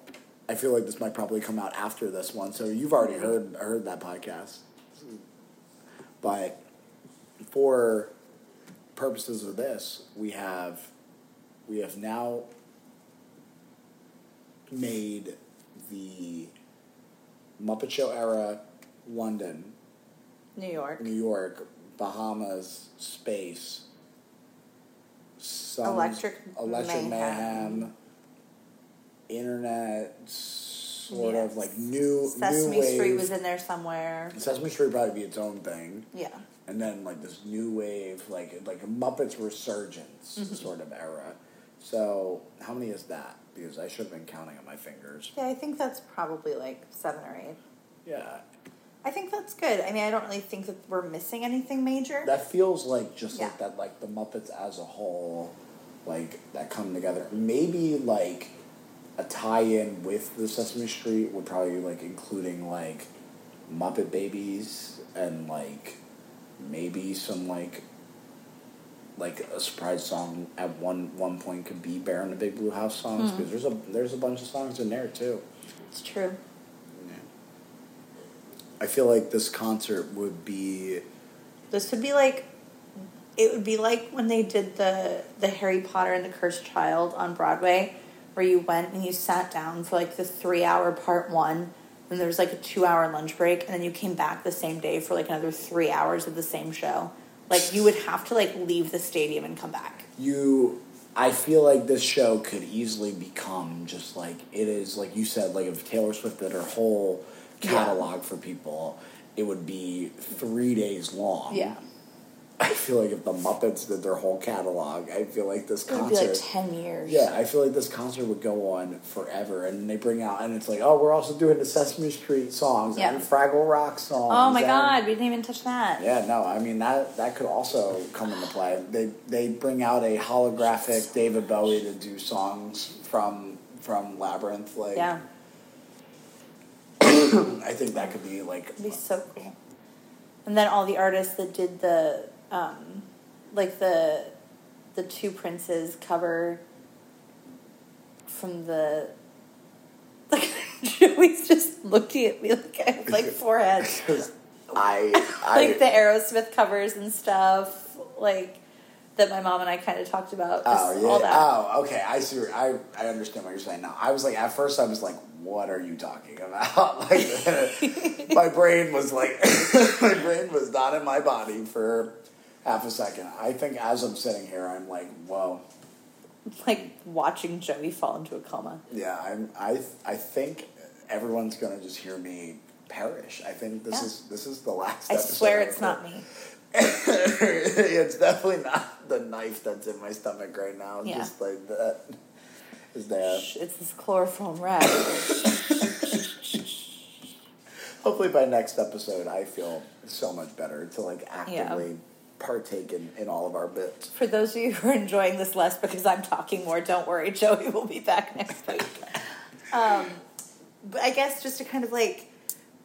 I feel like this might probably come out after this one, so you've already heard heard that podcast. But for purposes of this, we have we have now made the Muppet Show era London,
New York.
New York, Bahamas, space, some
Electric
electric
Mayhem.
mayhem, internet, sort
Yes.
of like new
Sesame
new wave.
Street was in there somewhere.
Sesame Street would probably be its own thing,
Yeah.
and then like this new wave, like like Muppets resurgence
Mm-hmm.
sort of era. So how many is that? Because I should have been counting on my fingers.
Yeah, I think that's probably like seven or eight.
Yeah,
I think that's good. I mean, I don't really think that we're missing anything major.
that feels like just like
Yeah.
that like the muppets as a whole like that come together maybe like a tie-in with the sesame street would probably like including like muppet babies and like maybe some like like a surprise song at one one point could be bear in the big blue house songs because there's a there's a bunch of songs in there too
It's true.
i feel like this concert would be
This would be like it would be like when they did the the Harry Potter and the Cursed Child on Broadway, where you went and you sat down for like the three hour part one, and there was like a two hour lunch break, and then you came back the same day for like another three hours of the same show. Like you would have to like leave the stadium and come back.
you I feel like this show could easily become just like it is like you said like if Taylor Swift did her whole catalog for people it would be 3 days long.
Yeah,
I feel like if the Muppets did their whole catalog, I feel like this
it would
concert
be like ten years.
Yeah, I feel like this concert would go on forever, and they bring out, and it's like, oh, we're also doing the Sesame Street songs
Yeah.
and Fraggle Rock songs.
Oh my
and-
God, we didn't even touch that.
Yeah, no, I mean that that could also come into play. They they bring out a holographic David Bowie to do songs from from Labyrinth. Like,
Yeah,
I think that could be like
it'd be so cool. And then all the artists that did the, um, like the, the two princes cover. From the, like Joey's just looking at me like I have like four heads,
I I
like the Aerosmith covers and stuff, like that my mom and I kind of talked about.
Oh
just
yeah.
all that.
Oh, okay. I see. what- I I understand what you're saying now. I was like, at first, I was like, "What are you talking about?" like, my brain was like, my brain was not in my body for half a second. I think as I'm sitting here, I'm like, "Whoa,
Like watching Joey fall into a coma.
yeah." I'm. I I think everyone's gonna just hear me perish. I think this
Yeah.
is this is the last.
I
episode
swear
of
it's
it.
not me.
it's definitely not the knife that's in my stomach right now.
Yeah.
Just like that is there.
Shh, It's this chloroform rat.
Hopefully by next episode, I feel so much better to like actively partake in, in all of our bits.
For those of you who are enjoying this less because I'm talking more, don't worry. Joey will be back next week. Um, but I guess just to kind of like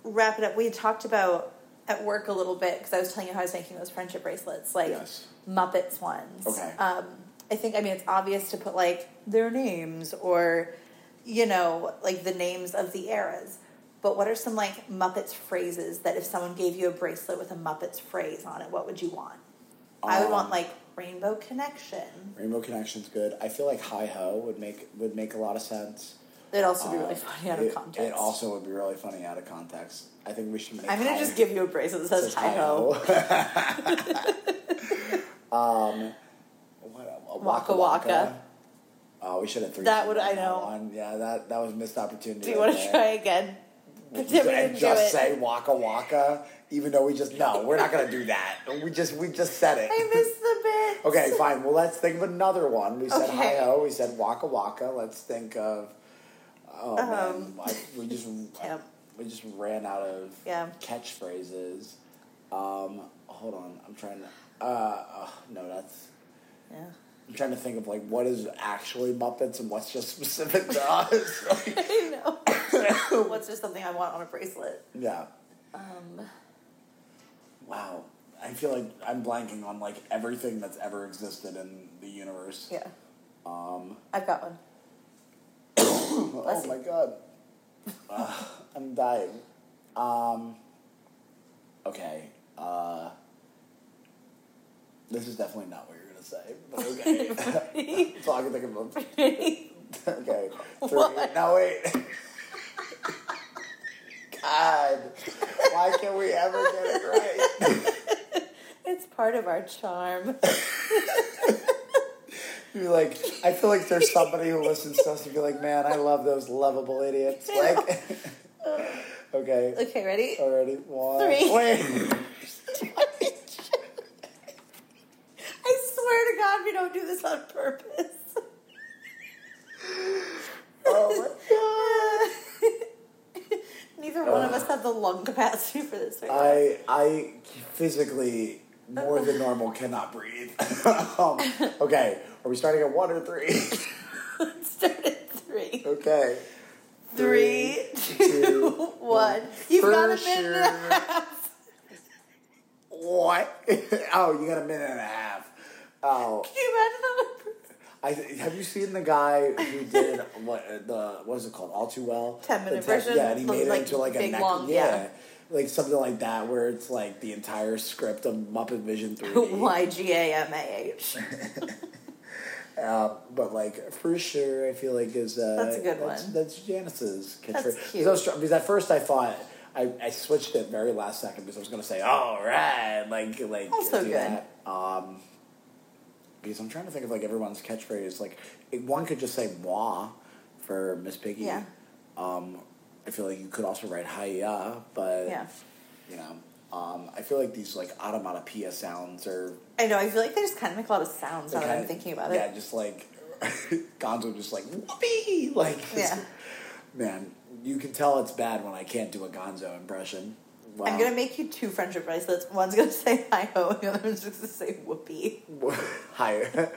wrap it up, we had talked about at work a little bit because I was telling you how I was making those friendship bracelets, like
Yes.
Muppets ones.
Okay.
Um, I think, I mean, it's obvious to put like their names or, you know, like the names of the eras. But what are some like Muppets phrases that if someone gave you a bracelet with a Muppets phrase on it, what would you want? I would want
Um,
like Rainbow Connection.
Rainbow Connection's good. I feel like Hi Ho would make would make a lot of sense.
It'd also be
Uh,
really funny out of
it,
context.
It also would be really funny out of context. I think we should make.
I'm gonna
Hi-
just give you a bracelet that says
says
hi ho.
um, what, a
Waka Waka.
waka waka. Oh, we should have three.
That would- I know.
One. Yeah, that that was missed opportunity.
Do you want to
right
try again?
there.
Pretend we
And
didn't do
just
it.
say waka waka, even though we just no, we're not gonna do that. We just we just said it.
I missed the bit.
Okay, fine. Well, let's think of another one. We said
Okay.
hi ho. We said waka waka. Let's think of. Oh man,
Um,
I, we just
Temp.
we just ran out of
Yeah.
catchphrases. Um, hold on, I'm trying to. Uh, oh, no, that's.
Yeah.
I'm trying to think of like what is actually Muppets and what's just specific to us. Like,
I know. What's just something I want on a bracelet?
yeah. Um. Wow, I feel like I'm blanking on like everything that's ever existed in the universe.
Yeah. Um. I've got one.
Oh
Bless
my god. Ugh, I'm dying. Um, okay. Uh, this is definitely not what you're going to say, but okay. so I can think of a- Okay. Three.
What?
No, wait. God. Why can't we ever get it right?
it's part of our charm.
You're like, I feel like there's somebody who listens to us and be like, man, I love those lovable idiots. Like, okay.
Okay, ready?
Already one.
Three.
Wait.
I swear to God, we don't do this on purpose.
Oh
Neither one of us had the lung capacity for this. Right
my- I I physically more than normal cannot breathe. um, okay, are we starting at one or three?
Start at three.
okay.
Three, two, one. You've
For
got a minute and a
sure.
half.
What? oh, you got a minute and a half. Oh,
Can you imagine that?
I have you seen the guy who did what uh, the what is it called? All too well.
Ten minute
The ten-
version?
Yeah, and he
The,
made
like,
it into like a
big
neck.
long-
yeah.
yeah.
like something like that, where it's like the entire script of Muppet Vision 3D.
Y G A M A H.
But like for sure, I feel like is uh,
That's a good
that's,
one.
That's Janice's catchphrase.
That's
Because I
cute.
was tr- Because at first I thought I, I switched it very last second because I was gonna say all right, like like
Also
do
good.
that. Um, because I'm trying to think of like everyone's catchphrase. Like it, one could just say "moi" for Miss Piggy.
Yeah.
Um, I feel like you could also write "hiya," but
Yeah.
you know, um, I feel like these like automatopoeia sounds are
I know. I feel like they just kind of make a lot of sounds now that
Okay.
I'm thinking about
Yeah,
it.
just like Gonzo, just like whoopee, like
Yeah.
Man, you can tell it's bad when I can't do a Gonzo impression. Wow.
I'm gonna make you two friendship bracelets. One's gonna say hi ho, and the other one's just gonna say whoopee.
higher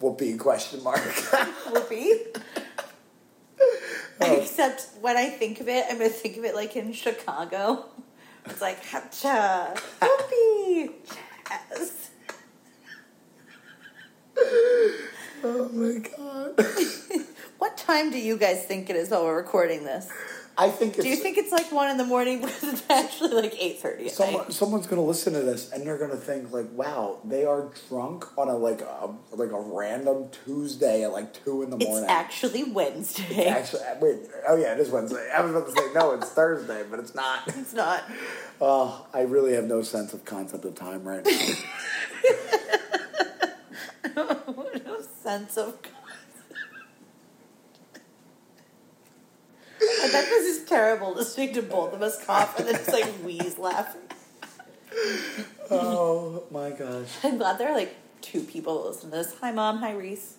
whoopee question mark.
Whoopee. Except when I think of it, I'm gonna think of it like in Chicago. It's like hacha, whoopee, jazz.
oh my god!
What time do you guys think it is while we're recording this?
I think it's
Do you think it's like one in the morning because it's actually like eight thirty at
someone,
night?
someone's gonna listen to this and they're gonna think like, wow, they are drunk on a like a like a random Tuesday at like two in the
It's
morning.
actually Wednesday.
Actually, wait. Oh yeah, it is Wednesday. I was about to say no, it's Thursday, but it's not.
It's not.
Oh, I really have no sense of concept of time right now.
No sense of. I bet this is terrible listening to both of us cough and then just like wheeze laughing.
oh my gosh.
I'm glad there are like two people that listen to this. Hi, mom. Hi, Reese.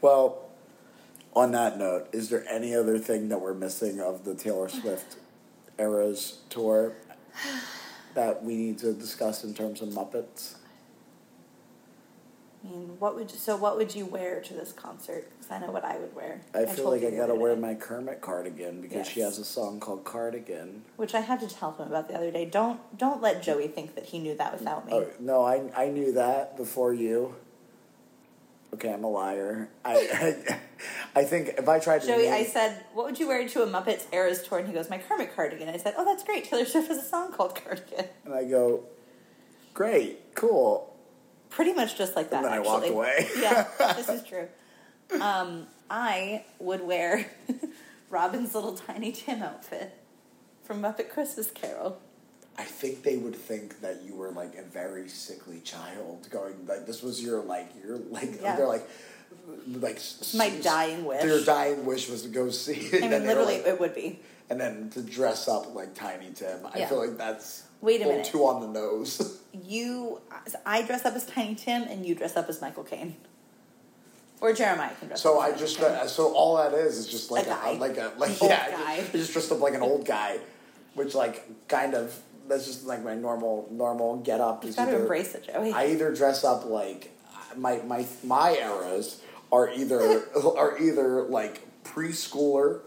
Well, on that note, is there any other thing that we're missing of the Taylor Swift Eras tour that we need to discuss in terms of Muppets?
I mean, what would so? What would you wear to this concert? Because I know what I would wear.
I feel
told
like
you
I
the
gotta
other
wear
day.
my Kermit cardigan because she
Yes.
has a song called Cardigan.
Which I had to tell him about the other day. Don't don't let Joey think that he knew that without me.
Oh, no, I, I knew that before you. Okay, I'm a liar. I, I, I think if I tried to.
Joey,
name-
I said, "What would you wear to a Muppets Eras tour?" And he goes, "My Kermit cardigan." I said, "Oh, that's great. Taylor Swift has a song called Cardigan."
And I go, great, cool.
Pretty much just like that.
And then I
actually.
walked away.
yeah, this is true. Um, I would wear Robin's little Tiny Tim outfit from Muppet Christmas Carol.
I think they would think that you were like a very sickly child going like this was your like your like
Yeah.
they're like like s-
My
s-
dying wish.
Their dying wish was to go see it.
I
and
mean,
then they were
literally,
like-
it would be.
and then to dress up like Tiny Tim. I
Yeah.
feel like that's
Wait a
little
minute.
too on the nose.
You, I dress up as Tiny Tim, and you dress up as Michael Caine, or Jeremiah can dress.
so
up
I
as
just uh,
Michael Caine.
so all that is is just like
A guy.
a, like a like
Old
yeah
guy.
Just, just dressed up like an old guy, which like kind of that's just like my normal normal get up.
you gotta embrace it, Joey.
I either dress up like my my my eras are either are either like preschooler,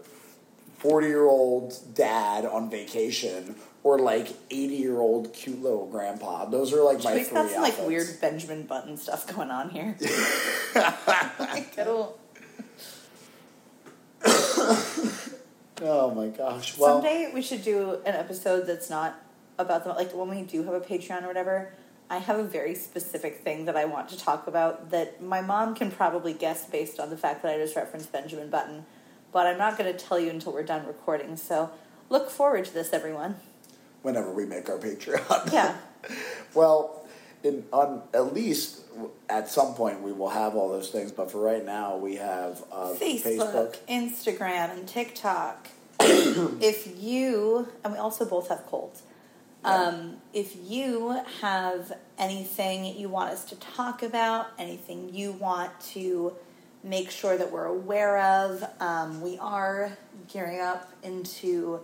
forty year old dad on vacation, or like eighty year old cute little grandpa. Those are like my
We've
three
got some like
outfits.
weird Benjamin Button stuff going on here. Like, I don't-
Oh my gosh! Well,
Someday we should do an episode that's not about the like when we do have a Patreon or whatever. I have a very specific thing that I want to talk about that my mom can probably guess based on the fact that I just referenced Benjamin Button, but I'm not going to tell you until we're done recording. So look forward to this, everyone.
whenever we make our Patreon,
Yeah.
Well, in, on at least w- at some point we will have all those things, but for right now we have uh,
Facebook, Instagram, and TikTok. if you, and we also both have colds. Um, if you have anything you want us to talk about, anything you want to make sure that we're aware of, um, we are gearing up into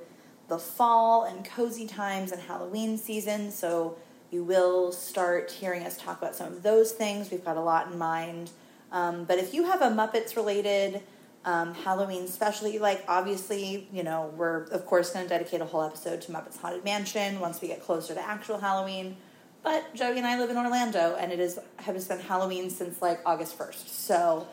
the fall and cozy times and Halloween season. So you will start hearing us talk about some of those things. We've got a lot in mind. Um, but if you have a Muppets related um, Halloween special that you like, obviously, you know, we're of course going to dedicate a whole episode to Muppets Haunted Mansion once we get closer to actual Halloween. But Joey and I live in Orlando, and it is have been Halloween since like August first. So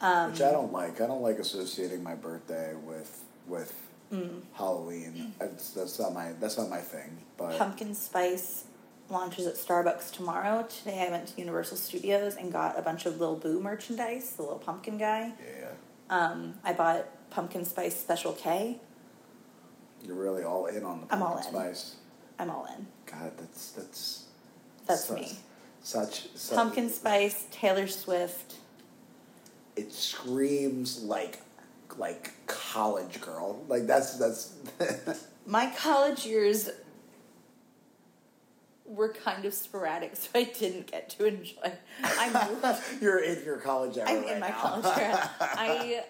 which I don't like. I don't like associating my birthday with with
Mm.
Halloween. It's, that's not my that's not my thing. But
Pumpkin Spice launches at Starbucks tomorrow. Today I went to Universal Studios and got a bunch of Lil Boo merchandise, the little pumpkin guy.
yeah,
Um, I bought Pumpkin Spice Special K.
you're really all in on the
I'm
pumpkin
all in.
spice.
I'm all in.
God, that's that's
That's
such,
me.
Such, such
Pumpkin Spice, Taylor Swift.
It screams like like college girl. Like that's that's
My college years were kind of sporadic, so I didn't get to enjoy. I moved.
you're in your college era
I'm
right
in my
now.
college era. I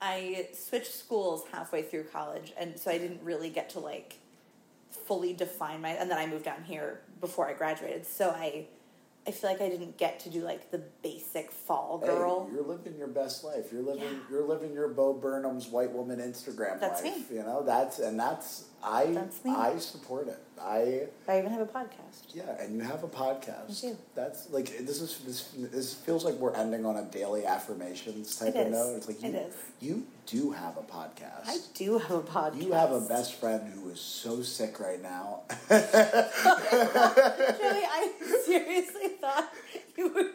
I switched schools halfway through college, and so I didn't really get to like fully define my. And then I moved down here before I graduated, so I I feel like I didn't get to do like the basic fall
Hey,
girl.
you're living your best life. You're living
Yeah.
you're living your Bo Burnham's white woman Instagram
That's
life.
me.
You know, that's and that's I
That's me.
I support it. I
I even have a podcast.
yeah, and you have a podcast.
I do.
That's like this is this this feels like we're ending on a daily affirmations type
It
of
is.
note. It's like you
It is.
you do have a podcast.
I do have a podcast.
you have a best friend who is so sick right now.
Joey, I seriously thought you were.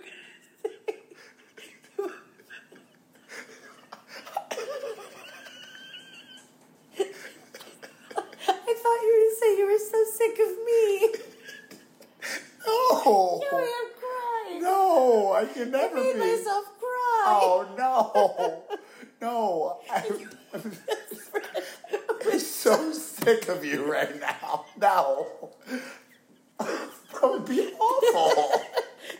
I thought you were going to say you were so sick of me.
No,
Joey, I'm crying.
no, I can
I
never
made
be.
myself cry.
Oh no, no! I'm, I'm so sick of you right now. No, that would be awful.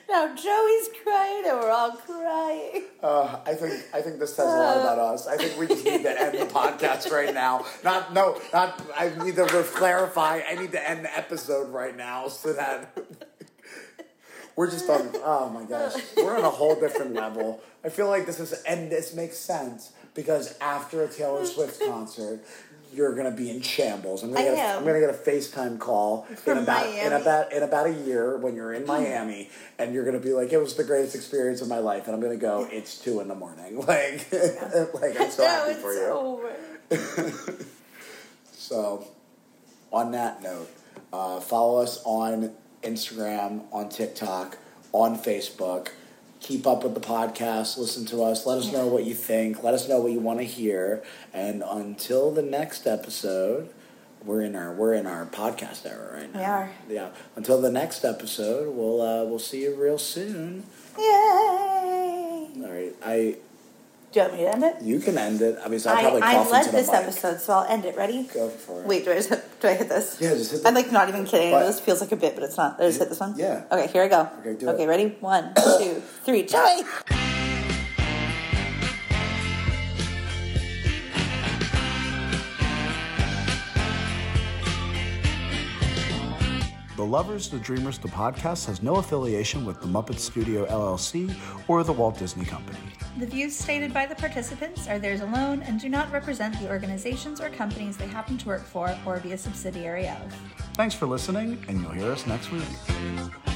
Now Joey's crying and we're all crying.
Uh, I think I think this says a lot about us. I think we just need to end the podcast right now. Not no, not. I need to re- clarify. I need to end the episode right now so that we're just on. Oh my gosh, we're on a whole different level. I feel like this is and this makes sense because after a Taylor Swift concert. You're gonna be in shambles. I'm gonna,
I
get a,
am.
I'm gonna get a FaceTime call in
From
about in
Miami.
about about- in about a year when you're in Miami and you're gonna be like, it was the greatest experience of my life, and I'm gonna go, it's two in the morning, like, like I'm so
now
happy
it's
for you.
over.
So, on that note, uh, follow us on Instagram, on TikTok, on Facebook. Keep up with the podcast. Listen to us. Let us know what you think. Let us know what you want to hear. And until the next episode, we're in our we're in our podcast era right now.
We are.
Yeah. Until the next episode, we'll uh, we'll see you real soon.
Yay!
All right. I
Do you want me to end it?
you can end it. I mean, so I'll
I,
probably cough
I
into
led
the
this
mic.
episode, so I'll end it. Ready?
Go for it.
Wait, do I, just, do I hit this?
Yeah, just hit the-
I'm like not even kidding. I know
But-
this feels like a bit, but it's not. Did I just hit this one?
Yeah.
Okay, here I go.
Okay, do
Okay,
it.
ready? One, two, three. Joey!
The Lovers, the Dreamers, the podcast has no affiliation with the Muppet Studio LLC or the Walt Disney Company.
The views stated by the participants are theirs alone and do not represent the organizations or companies they happen to work for or be a subsidiary of.
Thanks for listening, and you'll hear us next week.